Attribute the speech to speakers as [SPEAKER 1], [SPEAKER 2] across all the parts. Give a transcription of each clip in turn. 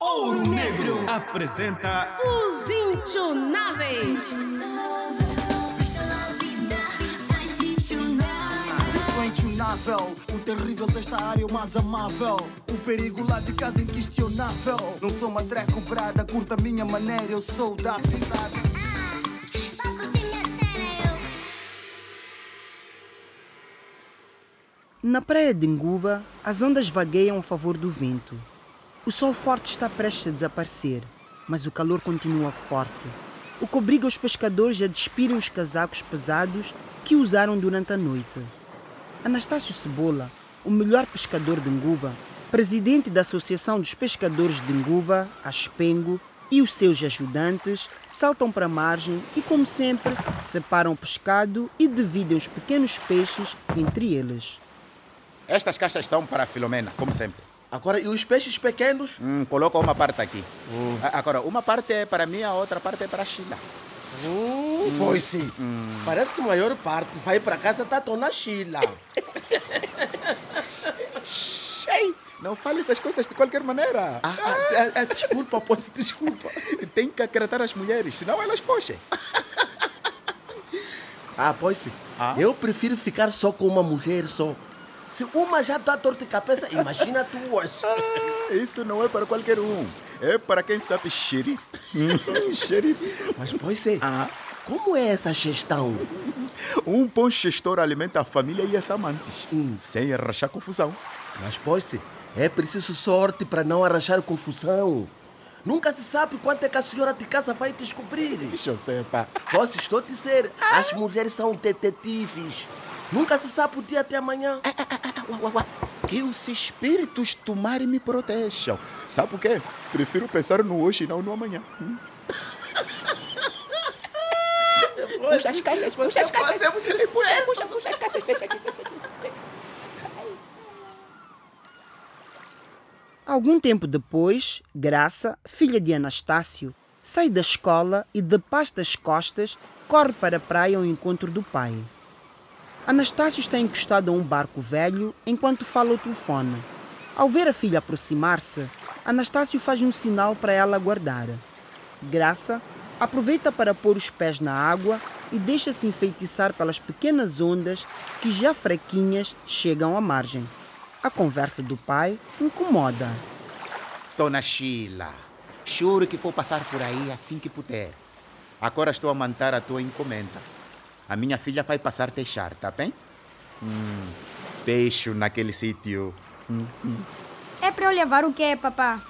[SPEAKER 1] Ouro Negro apresenta
[SPEAKER 2] Os Intunáveis.
[SPEAKER 3] Sou intunável, o terrível desta área é o mais amável. O perigo lá de casa é inquestionável. Não sou uma treco brada, curta a minha maneira, eu sou da pesada.
[SPEAKER 4] Na praia de Nguva, as ondas vagueiam a favor do vento. O sol forte está prestes a desaparecer, mas o calor continua forte, o que obriga os pescadores a despirem os casacos pesados que usaram durante a noite. Anastácio Cebola, o melhor pescador de Nguva, presidente da Associação dos Pescadores de Nguva, Aspengo, e os seus ajudantes saltam para a margem e, como sempre, separam o pescado e dividem os pequenos peixes entre eles.
[SPEAKER 5] Estas caixas são para a Filomena, como sempre.
[SPEAKER 6] Agora, e os peixes pequenos?
[SPEAKER 5] Hum, coloca uma parte aqui. A- Agora, uma parte é para mim, a outra parte é para a Sheila.
[SPEAKER 6] Hum, Pois sim. Parece que a maior parte vai para casa tá da dona Sheila.
[SPEAKER 5] Ei, não fale essas coisas de qualquer maneira.
[SPEAKER 6] Ah, ah,
[SPEAKER 5] é,
[SPEAKER 6] ah, desculpa, pois, desculpa.
[SPEAKER 5] Tem que acatar as mulheres, senão elas fogem.
[SPEAKER 6] Ah, pois sim.
[SPEAKER 5] Ah.
[SPEAKER 6] Eu prefiro ficar só com uma mulher só. Se uma já dá dor de cabeça, imagina duas.
[SPEAKER 5] Isso não é para qualquer um. É para quem sabe xeri. Hum, xeri.
[SPEAKER 6] Mas, pois sim.
[SPEAKER 5] Ah.
[SPEAKER 6] Como é essa gestão?
[SPEAKER 5] Um bom gestor alimenta a família e as amantes,
[SPEAKER 6] Hum.
[SPEAKER 5] sem arrachar confusão.
[SPEAKER 6] Mas, pois sim. É preciso sorte para não arranjar confusão. Nunca se sabe quanto é que a senhora de casa vai descobrir.
[SPEAKER 5] Josepa,
[SPEAKER 6] Posso estou a dizer, as mulheres são detetives. Nunca se sabe o dia até amanhã.
[SPEAKER 5] É, que os espíritos do mar me protejam. Sabe o quê? Prefiro pensar no hoje e não no amanhã. Hum.
[SPEAKER 6] Puxa as caixas, puxa as caixas.
[SPEAKER 4] Algum tempo depois, Graça, filha de Anastácio, sai da escola e, de pastas costas, corre para a praia ao encontro do pai. Anastácio está encostado a um barco velho enquanto fala ao telefone. Ao ver a filha aproximar-se, Anastácio faz um sinal para ela aguardar. Graça aproveita para pôr os pés na água e deixa-se enfeitiçar pelas pequenas ondas que, já fraquinhas, chegam à margem. A conversa do pai incomoda.
[SPEAKER 5] Dona Sheila, juro que vou passar por aí assim que puder. Agora estou a mandar a tua encomenda. A minha filha vai passar deixar, tá bem? Hum, peixe naquele sítio.
[SPEAKER 7] É pra eu levar o quê, papá?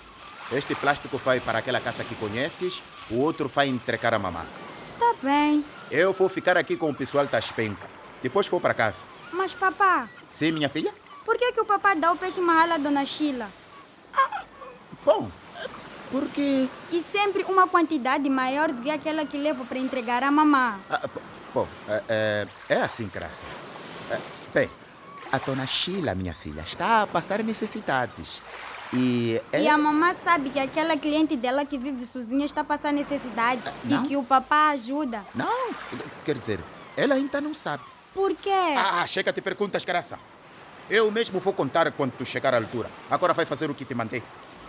[SPEAKER 5] Este plástico vai para aquela casa que conheces, o outro vai entregar a mamá.
[SPEAKER 7] Está bem.
[SPEAKER 5] Eu vou ficar aqui com o pessoal da Aspenco. Depois vou para casa.
[SPEAKER 7] Mas, papá,
[SPEAKER 5] Sim, minha filha?
[SPEAKER 7] por que, que o papá dá o peixe marralo à dona Sheila?
[SPEAKER 5] Bom, é porque...
[SPEAKER 7] E sempre uma quantidade maior do que aquela que levo para entregar à mamá.
[SPEAKER 5] Ah, p- bom, é, é- é assim, Graça. É, bem, a dona Sheila, minha filha, está a passar necessidades. E,
[SPEAKER 7] E a
[SPEAKER 5] ela-
[SPEAKER 7] mamá sabe que aquela cliente dela que vive sozinha está passando necessidade
[SPEAKER 5] Ah, não?
[SPEAKER 7] e que o papá ajuda.
[SPEAKER 5] Não, quer dizer, ela ainda não sabe.
[SPEAKER 7] Por
[SPEAKER 8] É.
[SPEAKER 7] quê?
[SPEAKER 5] Ah, chega de perguntas, Graça. Eu mesmo vou contar quando tu chegar à altura. Agora vai fazer o que te mandei.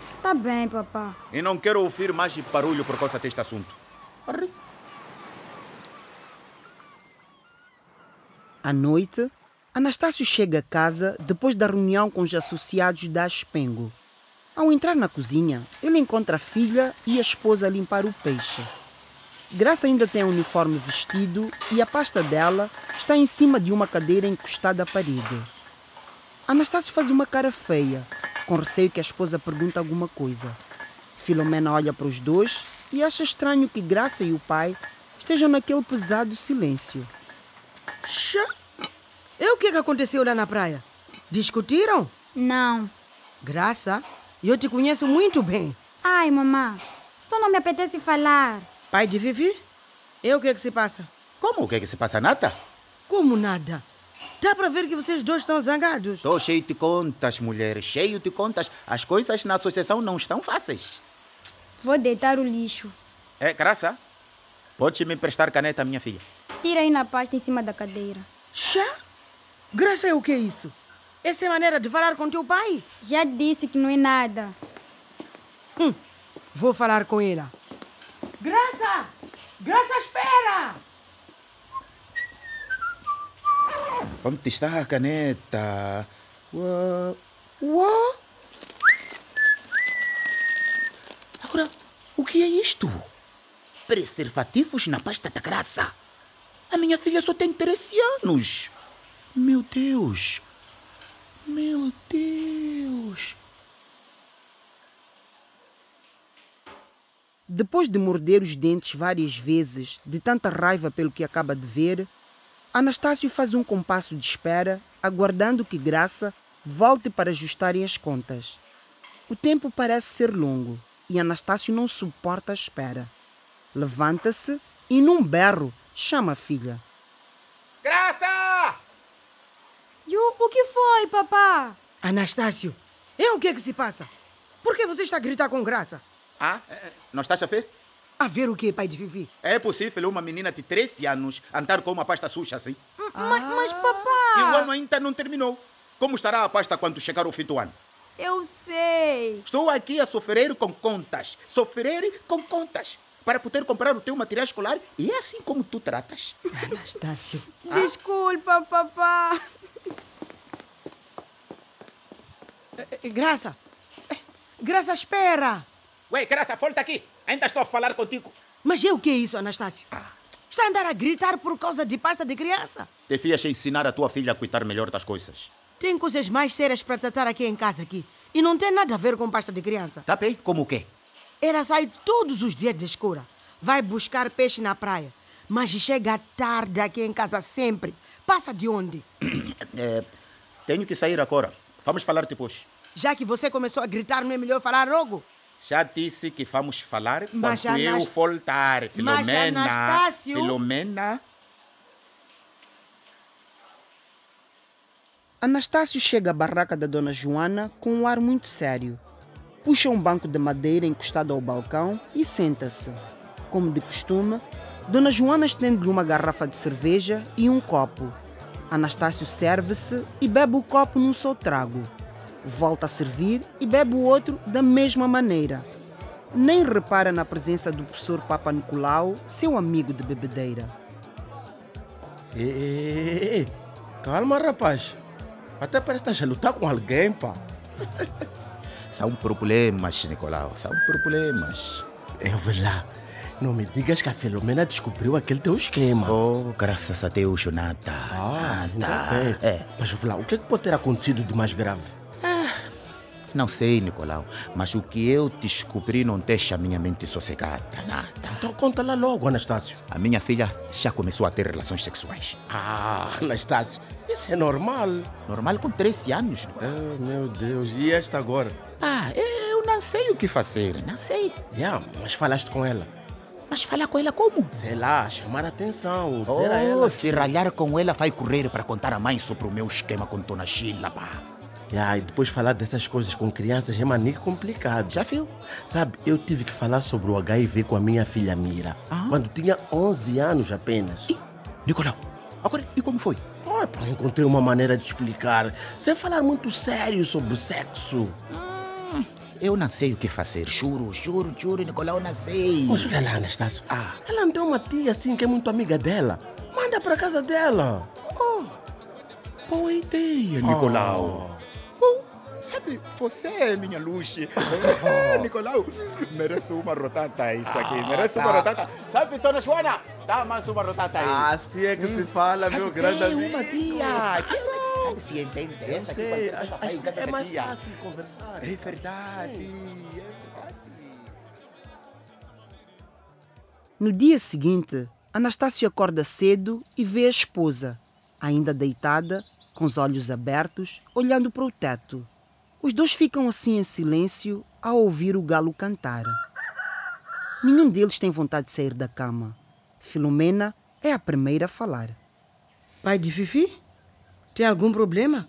[SPEAKER 7] Está bem, papá.
[SPEAKER 5] E não quero ouvir mais barulho por causa deste assunto.
[SPEAKER 4] À noite, Anastácio chega a casa depois da reunião com os associados da Aspengo. Ao entrar na cozinha, ele encontra a filha e a esposa a limpar o peixe. Graça ainda tem o uniforme vestido e a pasta dela está em cima de uma cadeira encostada à parede. Anastácio faz uma cara feia, com receio que a esposa pergunte alguma coisa. Filomena olha para os dois e acha estranho que Graça e o pai estejam naquele pesado silêncio.
[SPEAKER 9] Xa! E o que é que aconteceu lá na praia? Discutiram?
[SPEAKER 7] Não.
[SPEAKER 9] Graça, eu te conheço muito bem.
[SPEAKER 7] Ai, mamá, só não me apetece falar.
[SPEAKER 9] Pai de Vivi? E o que é que se passa?
[SPEAKER 5] Como? O que é que se passa, Nata?
[SPEAKER 9] Como nada? Dá para ver que vocês dois estão zangados.
[SPEAKER 5] Estou cheio de contas, mulher, cheio de contas. As coisas na associação não estão fáceis.
[SPEAKER 7] Vou deitar o lixo.
[SPEAKER 5] É, Graça? Podes me emprestar caneta, minha filha?
[SPEAKER 7] Tira aí na pasta em cima da cadeira.
[SPEAKER 9] Xa! Graça é o que é isso? Essa é maneira de falar com teu pai?
[SPEAKER 7] Já disse que não é nada.
[SPEAKER 9] Vou falar com ela. Graça! Graça, espera!
[SPEAKER 5] Onde está a caneta? Uau.
[SPEAKER 4] Uau!
[SPEAKER 5] Agora, o que é isto? Preservativos na pasta da graça. A minha filha só tem 13 anos. Meu Deus. Meu Deus.
[SPEAKER 4] Depois de morder os dentes várias vezes, de tanta raiva pelo que acaba de ver, Anastácio faz um compasso de espera, aguardando que Graça volte para ajustarem as contas. O tempo parece ser longo e Anastácio não suporta a espera. Levanta-se e, num berro, chama a filha.
[SPEAKER 5] Graça!
[SPEAKER 7] E o, o que foi, papá?
[SPEAKER 9] Anastácio, é o que é que se passa? Por que você está a gritar com graça?
[SPEAKER 5] Ah, eh, não estás a ver?
[SPEAKER 9] A ver o que, pai de Vivi?
[SPEAKER 5] É possível uma menina de 13 anos andar com uma pasta suja assim?
[SPEAKER 7] Ma- mas,
[SPEAKER 5] Ah. E o
[SPEAKER 9] Ah.
[SPEAKER 7] papá,
[SPEAKER 5] ano ainda não terminou. Como estará a pasta quando chegar o fim do ano?
[SPEAKER 7] eu sei.
[SPEAKER 5] Estou aqui a sofrer com contas. Sofrer com contas. Para poder comprar o teu material escolar. E é assim como tu tratas.
[SPEAKER 9] Anastácio.
[SPEAKER 5] Ah?
[SPEAKER 7] Desculpa, papá.
[SPEAKER 9] Eh, Graça! Eh, Graça, espera!
[SPEAKER 5] Ué, graça, volta aqui. Ainda estou a falar contigo.
[SPEAKER 9] Mas é o que é isso, Anastácio?
[SPEAKER 5] Ah.
[SPEAKER 9] Está a andar a gritar por causa de pasta de criança?
[SPEAKER 5] Devias ensinar a tua filha a cuidar melhor das coisas.
[SPEAKER 9] Tem coisas mais sérias para tratar aqui em casa aqui. E não tem nada a ver com pasta de criança.
[SPEAKER 5] Tá bem? Como o quê?
[SPEAKER 9] Ela sai todos os dias de escura. Vai buscar peixe na praia. Mas chega tarde aqui em casa sempre. Passa de onde?
[SPEAKER 5] É, tenho que sair agora. Vamos falar depois.
[SPEAKER 9] Já que você começou a gritar, não é melhor falar logo?
[SPEAKER 5] Já disse que vamos falar quando
[SPEAKER 9] Mas
[SPEAKER 5] eu
[SPEAKER 9] Anas-
[SPEAKER 5] voltar,
[SPEAKER 9] Mas
[SPEAKER 5] Filomena.
[SPEAKER 9] Anastácio-
[SPEAKER 5] Filomena.
[SPEAKER 4] Anastácio chega à barraca da Dona Joana com um ar muito sério. Puxa um banco de madeira encostado ao balcão e senta-se. Como de costume, Dona Joana estende-lhe uma garrafa de cerveja e um copo. Anastácio serve-se e bebe o copo num só trago. Volta a servir e bebe o outro da mesma maneira. Nem repara na presença do professor Papa Nicolau, seu amigo de bebedeira.
[SPEAKER 6] Ei, ei, ei, ei, ei. Calma, rapaz. Até parece que estás a lutar com alguém, pá.
[SPEAKER 5] São problemas, Nicolau. São problemas.
[SPEAKER 6] Eu vou lá. É Não me digas que a Filomena descobriu aquele teu esquema.
[SPEAKER 5] Oh, graças a Deus, nada.
[SPEAKER 6] Ah,
[SPEAKER 5] nada.
[SPEAKER 6] tá. É. Mas eu vou lá, o que é que pode ter acontecido de mais grave?
[SPEAKER 5] Não sei, Nicolau, mas o que eu descobri não deixa a minha mente sossegada, nada.
[SPEAKER 6] Então conta lá logo, Anastácio.
[SPEAKER 5] A minha filha já começou a ter relações sexuais.
[SPEAKER 6] Ah, Anastácio, isso é normal.
[SPEAKER 5] Normal com 13 anos, Nicolau.
[SPEAKER 6] Oh, meu Deus, e esta agora?
[SPEAKER 5] Ah, eu não sei o que fazer, não sei.
[SPEAKER 6] Yeah, mas falaste com ela.
[SPEAKER 5] Mas falar com ela como?
[SPEAKER 6] Sei lá, chamar a atenção, dizer a ela.
[SPEAKER 5] Oh, se ralhar com ela, vai correr para contar a mãe sobre o meu esquema com Dona Sheila, pá.
[SPEAKER 6] Yeah, e depois falar dessas coisas com crianças é manique complicado. Já viu? Sabe, eu tive que falar sobre o HIV com a minha filha Mira, quando tinha 11 anos apenas.
[SPEAKER 5] Ah? Ih, Nicolau, agora e como foi?
[SPEAKER 6] Ora, pá, encontrei uma maneira de explicar, sem falar muito sério sobre o sexo.
[SPEAKER 5] Hum, Eu não sei o que fazer, juro, juro, juro, Nicolau, não sei.
[SPEAKER 6] Mas olha lá, Anastácio. Ah, ela não tem uma tia assim que é muito amiga dela. Manda pra casa dela.
[SPEAKER 5] Oh, Boa ideia, Nicolau. Bom, sabe, você é minha luz. Nicolau, merece uma rotata isso aqui, merece uma rotata. Sabe, Dona Joana, dá mais uma rotata aí.
[SPEAKER 6] assim é que se fala,
[SPEAKER 5] sabe, tem uma tia. que- sabe se entende?
[SPEAKER 6] Eu
[SPEAKER 5] essa
[SPEAKER 6] sei,
[SPEAKER 5] que
[SPEAKER 6] acho
[SPEAKER 5] vai-
[SPEAKER 6] acho que é mais
[SPEAKER 5] tia.
[SPEAKER 6] fácil conversar.
[SPEAKER 5] É verdade, é verdade.
[SPEAKER 4] No dia seguinte, Anastácio acorda cedo e vê a esposa, ainda deitada, com os olhos abertos, olhando para o teto. Os dois ficam assim em silêncio a ouvir o galo cantar. Nenhum deles tem vontade de sair da cama. Filomena é a primeira a falar.
[SPEAKER 9] Pai de Fifi? Tem algum problema?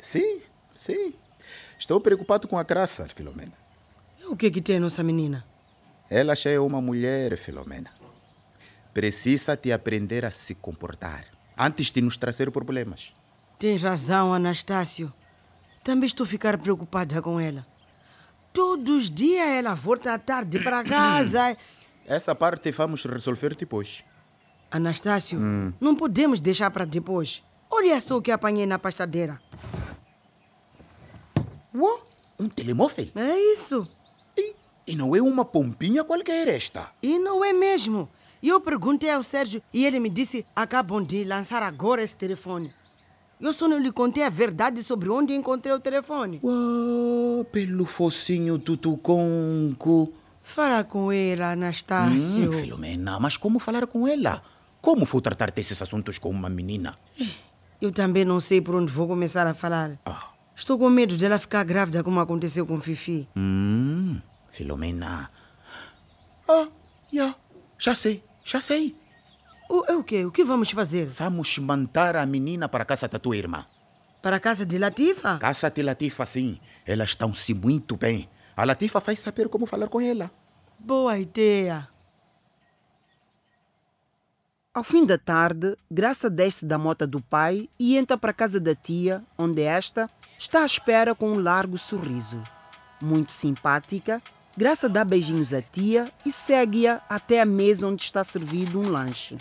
[SPEAKER 5] Sim, sim. Estou preocupado com a graça, Filomena.
[SPEAKER 9] O que é que tem a nossa menina?
[SPEAKER 5] Ela já é uma mulher, Filomena. Precisa de aprender a se comportar antes de nos trazer problemas.
[SPEAKER 9] Tem razão, Anastácio. Também estou a ficar preocupada com ela. Todos os dias ela volta à tarde para casa.
[SPEAKER 5] Essa parte vamos resolver depois.
[SPEAKER 9] Anastácio, não podemos deixar para depois. Olha só o que apanhei na pastadeira.
[SPEAKER 5] Uau, um telemóvel?
[SPEAKER 9] É isso.
[SPEAKER 5] E, e não é uma pompinha qualquer esta?
[SPEAKER 9] E não é mesmo. E eu perguntei ao Sérgio e ele me disse: acabam de lançar agora esse telefone. Eu só não lhe contei a verdade sobre onde encontrei o telefone.
[SPEAKER 5] Uau, pelo focinho do tuconco.
[SPEAKER 9] Fala com ela, Anastácio.
[SPEAKER 5] Hum, Filomena, mas como falar com ela? Como vou tratar desses assuntos com uma menina?
[SPEAKER 9] Eu também não sei por onde vou começar a falar.
[SPEAKER 5] Ah.
[SPEAKER 9] Estou com medo dela ficar grávida, como aconteceu com Fifi.
[SPEAKER 5] Hum, Filomena. Ah, já, já sei, já sei.
[SPEAKER 9] O, é o quê? O que vamos fazer?
[SPEAKER 5] Vamos mandar a menina para a casa da tua irmã.
[SPEAKER 9] Para a casa de Latifa?
[SPEAKER 5] Casa de Latifa, sim. Elas estão-se muito bem. A Latifa vai saber como falar com ela.
[SPEAKER 9] Boa ideia.
[SPEAKER 4] Ao fim da tarde, Graça desce da mota do pai e entra para a casa da tia, onde esta está à espera com um largo sorriso. Muito simpática, Graça dá beijinhos à tia e segue-a até a mesa onde está servido um lanche.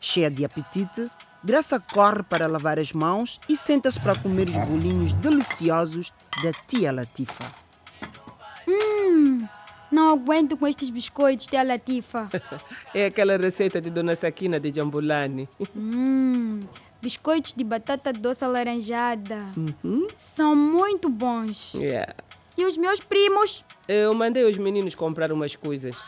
[SPEAKER 4] Cheia de apetite, Graça corre para lavar as mãos e senta-se para comer os bolinhos deliciosos da tia Latifa.
[SPEAKER 7] Não aguento com estes biscoitos de Latifa.
[SPEAKER 10] É aquela receita de Dona Saquina de Jambulani.
[SPEAKER 7] Hum, biscoitos de batata doce alaranjada.
[SPEAKER 5] Uhum.
[SPEAKER 7] São muito bons.
[SPEAKER 10] Yeah.
[SPEAKER 7] E os meus primos?
[SPEAKER 10] Eu mandei os meninos comprar umas coisas.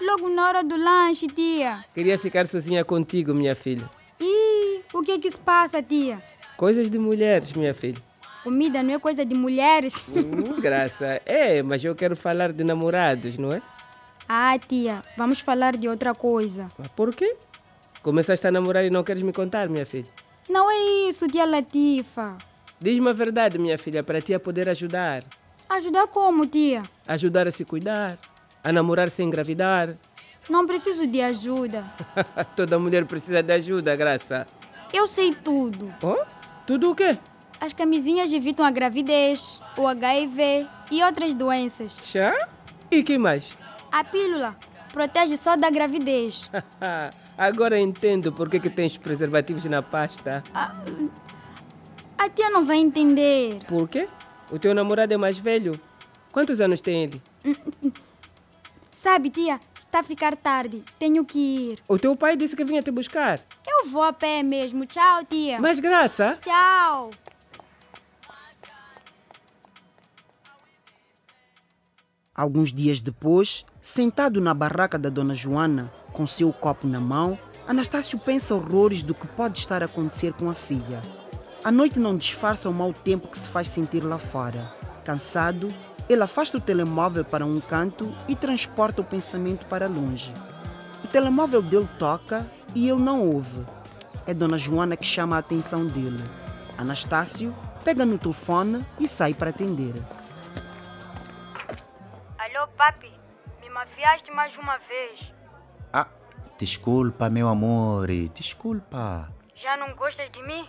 [SPEAKER 7] Logo na hora do lanche, tia.
[SPEAKER 10] Queria ficar sozinha contigo, minha filha.
[SPEAKER 7] Ih, o que é que se passa, tia?
[SPEAKER 10] Coisas de mulheres, minha filha.
[SPEAKER 7] Comida não é coisa de mulheres.
[SPEAKER 10] Hum, graça. É, mas eu quero falar de namorados, não é?
[SPEAKER 7] ah, tia, vamos falar de outra coisa.
[SPEAKER 10] Mas por quê? Começaste a namorar e não queres me contar, minha filha.
[SPEAKER 7] Não é isso, tia Latifa.
[SPEAKER 10] Diz-me a verdade, minha filha, para tia poder ajudar.
[SPEAKER 7] Ajudar como, tia?
[SPEAKER 10] Ajudar a se cuidar, a namorar sem engravidar.
[SPEAKER 7] Não preciso de ajuda.
[SPEAKER 10] Toda mulher precisa de ajuda, graça.
[SPEAKER 7] Eu sei tudo.
[SPEAKER 10] Oh? Tudo o quê?
[SPEAKER 7] As camisinhas evitam a gravidez, o HIV e outras doenças.
[SPEAKER 10] Chá? E que mais?
[SPEAKER 7] A pílula protege só da gravidez.
[SPEAKER 10] Agora entendo por que, que tens preservativos na pasta.
[SPEAKER 7] A tia não vai entender.
[SPEAKER 10] Por quê? O teu namorado é mais velho? Quantos anos tem ele?
[SPEAKER 7] Sabe, tia, está a ficar tarde. Tenho que ir.
[SPEAKER 10] O teu pai disse que vinha te buscar.
[SPEAKER 7] Eu vou a pé mesmo. Tchau,
[SPEAKER 8] É.
[SPEAKER 7] tia.
[SPEAKER 10] Mas graça,
[SPEAKER 7] Tchau.
[SPEAKER 4] Alguns dias depois, sentado na barraca da Dona Joana, com seu copo na mão, Anastácio pensa horrores do que pode estar a acontecer com a filha. A noite não disfarça o mau tempo que se faz sentir lá fora. Cansado, ele afasta o telemóvel para um canto e transporta o pensamento para longe. O telemóvel dele toca e ele não ouve. É Dona Joana que chama a atenção dele. Anastácio pega no telefone e sai para atender.
[SPEAKER 7] Alô, papi. Me mafiaste mais uma vez.
[SPEAKER 5] Ah, desculpa, meu amor. Desculpa.
[SPEAKER 7] Já não gostas de mim?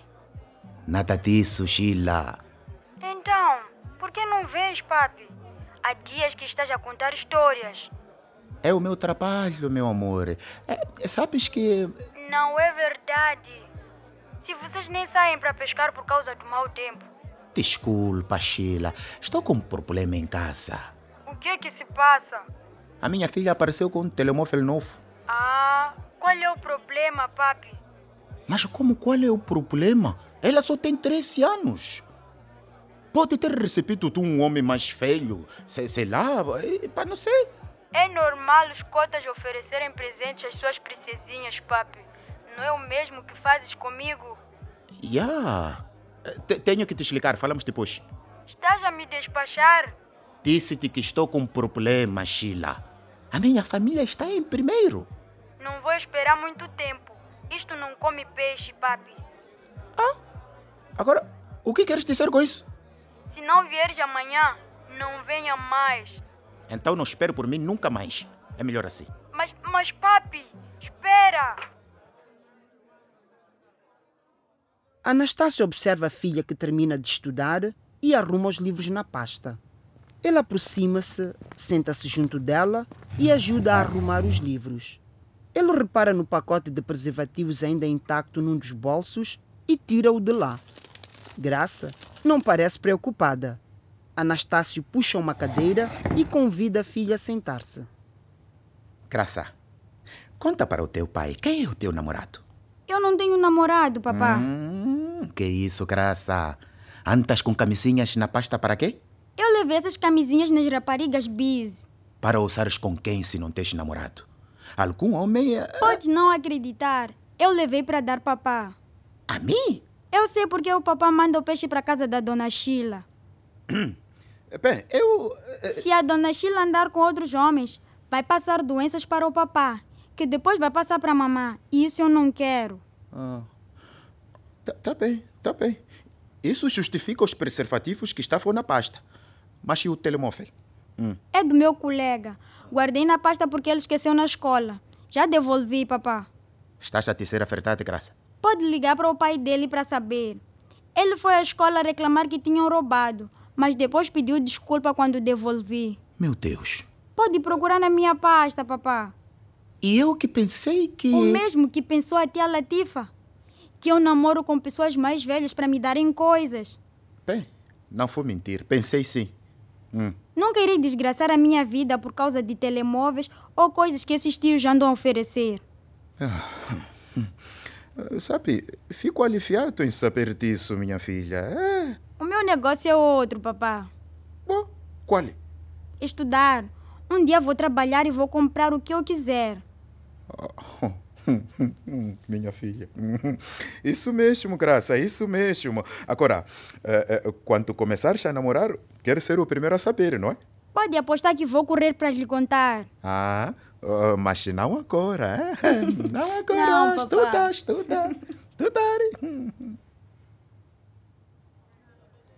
[SPEAKER 5] Nada disso, Sheila.
[SPEAKER 7] Então, por que não vês, papi? Há dias que estás a contar histórias.
[SPEAKER 5] É o meu trabalho, meu amor. É, sabes que
[SPEAKER 7] Não é verdade. Se vocês nem saem para pescar por causa do mau tempo,
[SPEAKER 5] Desculpa, Sheila. Estou com um problema em casa.
[SPEAKER 7] o que é que se passa?
[SPEAKER 5] A minha filha apareceu com um telemóvel novo.
[SPEAKER 7] Ah, qual é o problema, papi?
[SPEAKER 5] Mas como qual é o problema? Ela só tem 13 anos. Pode ter recebido de um homem mais velho. Sei, sei lá, eh, pá, não sei.
[SPEAKER 7] É normal os cotas oferecerem presentes às suas princesinhas, papi. Não é o mesmo que fazes comigo?
[SPEAKER 5] Yeah. Te- Tenho que desligar, falamos depois.
[SPEAKER 7] Estás a me despachar?
[SPEAKER 5] Disse-te que estou com um problema, Sheila. A minha família está em primeiro.
[SPEAKER 7] Não vou esperar muito tempo. Isto não come peixe, papi.
[SPEAKER 5] Agora, o que queres dizer com isso?
[SPEAKER 7] Se não vieres amanhã, não venha mais.
[SPEAKER 5] Então não espero por mim nunca mais. É melhor assim.
[SPEAKER 7] Mas, mas papi, espera!
[SPEAKER 4] Anastácio observa a filha que termina de estudar e arruma os livros na pasta. Ele aproxima-se, senta-se junto dela e ajuda a arrumar os livros. Ele repara no pacote de preservativos ainda intacto num dos bolsos e tira-o de lá. Graça não parece preocupada. Anastácio puxa uma cadeira e convida a filha a sentar-se.
[SPEAKER 5] Graça, conta para o teu pai quem é o teu namorado.
[SPEAKER 8] Eu não tenho namorado, papá.
[SPEAKER 5] Hum, que isso, Graça? Antas com camisinhas na pasta para quê?
[SPEAKER 8] Eu levei essas camisinhas nas raparigas bis.
[SPEAKER 5] Para usares com quem se não tens namorado? Algum homem. eh,
[SPEAKER 8] Pode não acreditar. Eu levei para dar papá.
[SPEAKER 5] A mim?
[SPEAKER 8] Eu sei porque o papá manda o peixe para casa da dona Sheila.
[SPEAKER 5] Bem, eu. eh,
[SPEAKER 8] Se a dona Sheila andar com outros homens, vai passar doenças para o papá, que depois vai passar para mamá. E isso eu não quero.
[SPEAKER 5] ah, tá, tá bem, tá bem. Isso justifica os preservativos que estavam na pasta. Mas e o telemóvel?
[SPEAKER 8] É do meu colega. Guardei na pasta porque ele esqueceu na escola. Já devolvi, papá.
[SPEAKER 5] Estás a te ser afetada, Graça.
[SPEAKER 8] Pode ligar para o pai dele para saber. Ele foi à escola reclamar que tinham roubado, mas depois pediu desculpa quando devolvi.
[SPEAKER 5] Meu Deus.
[SPEAKER 8] Pode procurar na minha pasta, papá.
[SPEAKER 5] E eu que pensei que.
[SPEAKER 8] O mesmo que pensou a tia Latifa. Que eu namoro com pessoas mais velhas para me darem coisas.
[SPEAKER 5] Bem, não vou mentir. Pensei sim. Hum.
[SPEAKER 8] Não irei desgraçar a minha vida por causa de telemóveis ou coisas que esses tios andam a oferecer.
[SPEAKER 5] Ah, Sabe, fico aliviado em saber disso, minha filha. É.
[SPEAKER 8] O meu negócio é outro, papá.
[SPEAKER 5] Bom, qual?
[SPEAKER 8] Estudar. Um dia vou trabalhar e vou comprar o que eu quiser.
[SPEAKER 5] Minha filha. Isso mesmo, Graça, isso mesmo. Agora, eh, eh, quando começares a namorar, quero ser o primeiro a saber, não é?
[SPEAKER 8] Pode apostar que vou correr para lhe contar.
[SPEAKER 5] Ah, ah, mas não agora. eh? Não agora.
[SPEAKER 8] Não,
[SPEAKER 5] estuda,
[SPEAKER 8] papai.
[SPEAKER 5] estuda. Estudar.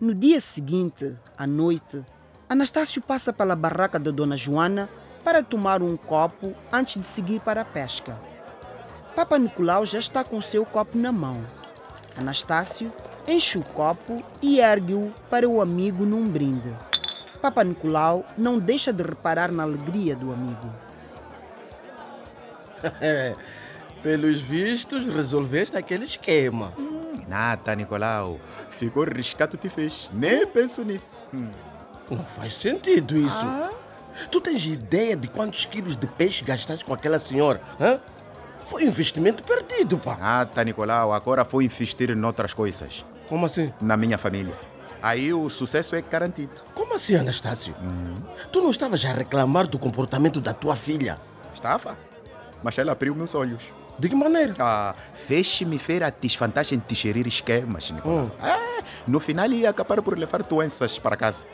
[SPEAKER 4] No dia seguinte, à noite, Anastácio passa pela barraca da Dona Joana para tomar um copo antes de seguir para a pesca. Papa Nicolau já está com seu copo na mão. Anastácio enche o copo e ergue-o para o amigo num brinde. Papa Nicolau não deixa de reparar na alegria do amigo.
[SPEAKER 6] Pelos vistos, resolveste aquele esquema.
[SPEAKER 5] Nada, Nicolau. Ficou riscado te fez. Nem penso nisso. Hum.
[SPEAKER 6] Não faz sentido isso. Tu tens ideia de quantos quilos de peixe gastaste com aquela senhora? hã? Foi um investimento perdido, pá.
[SPEAKER 5] Nada, Nicolau. Agora vou investir em outras coisas.
[SPEAKER 6] Como assim?
[SPEAKER 5] Na minha família. Aí o sucesso é garantido.
[SPEAKER 6] Como assim, Anastácio?
[SPEAKER 5] Hum.
[SPEAKER 6] Tu não estavas a reclamar do comportamento da tua filha?
[SPEAKER 5] Estava. Mas ela abriu meus olhos.
[SPEAKER 6] De que maneira?
[SPEAKER 5] Ah, fez-me ver a desvantagem de gerir esquemas, Nicolau.
[SPEAKER 6] Hum.
[SPEAKER 5] Ah, no final ia acabar por levar doenças para casa.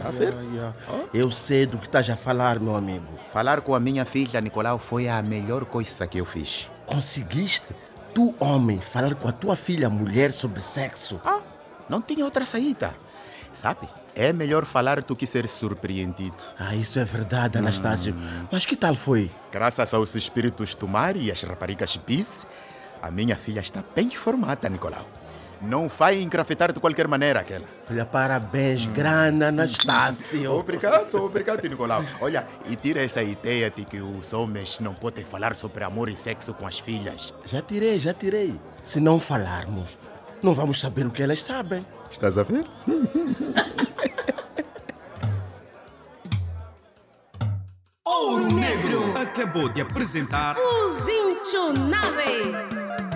[SPEAKER 5] Tá a ver?
[SPEAKER 6] Eu sei do que estás a falar, meu amigo.
[SPEAKER 5] Falar com a minha filha, Nicolau, foi a melhor coisa que eu fiz.
[SPEAKER 6] Conseguiste, tu, homem, falar com a tua filha, mulher, sobre sexo?
[SPEAKER 5] Ah, não tinha outra saída. Sabe, é melhor falar do que ser surpreendido.
[SPEAKER 6] Ah, isso é verdade, Anastácio. Mas que tal foi?
[SPEAKER 5] Graças aos espíritos do mar e às raparigas bis, a minha filha está bem formada, Nicolau. Não vai encrafetar de qualquer maneira aquela.
[SPEAKER 6] Olha, parabéns, grana, Anastácio.
[SPEAKER 5] Obrigado, obrigado, Nicolau. Olha, e tira essa ideia de que os homens não podem falar sobre amor e sexo com as filhas.
[SPEAKER 6] Já tirei, já tirei. Se não falarmos, não vamos saber o que elas sabem.
[SPEAKER 5] Estás a ver?
[SPEAKER 1] Ouro Negro acabou de apresentar
[SPEAKER 2] Os Intunáveis.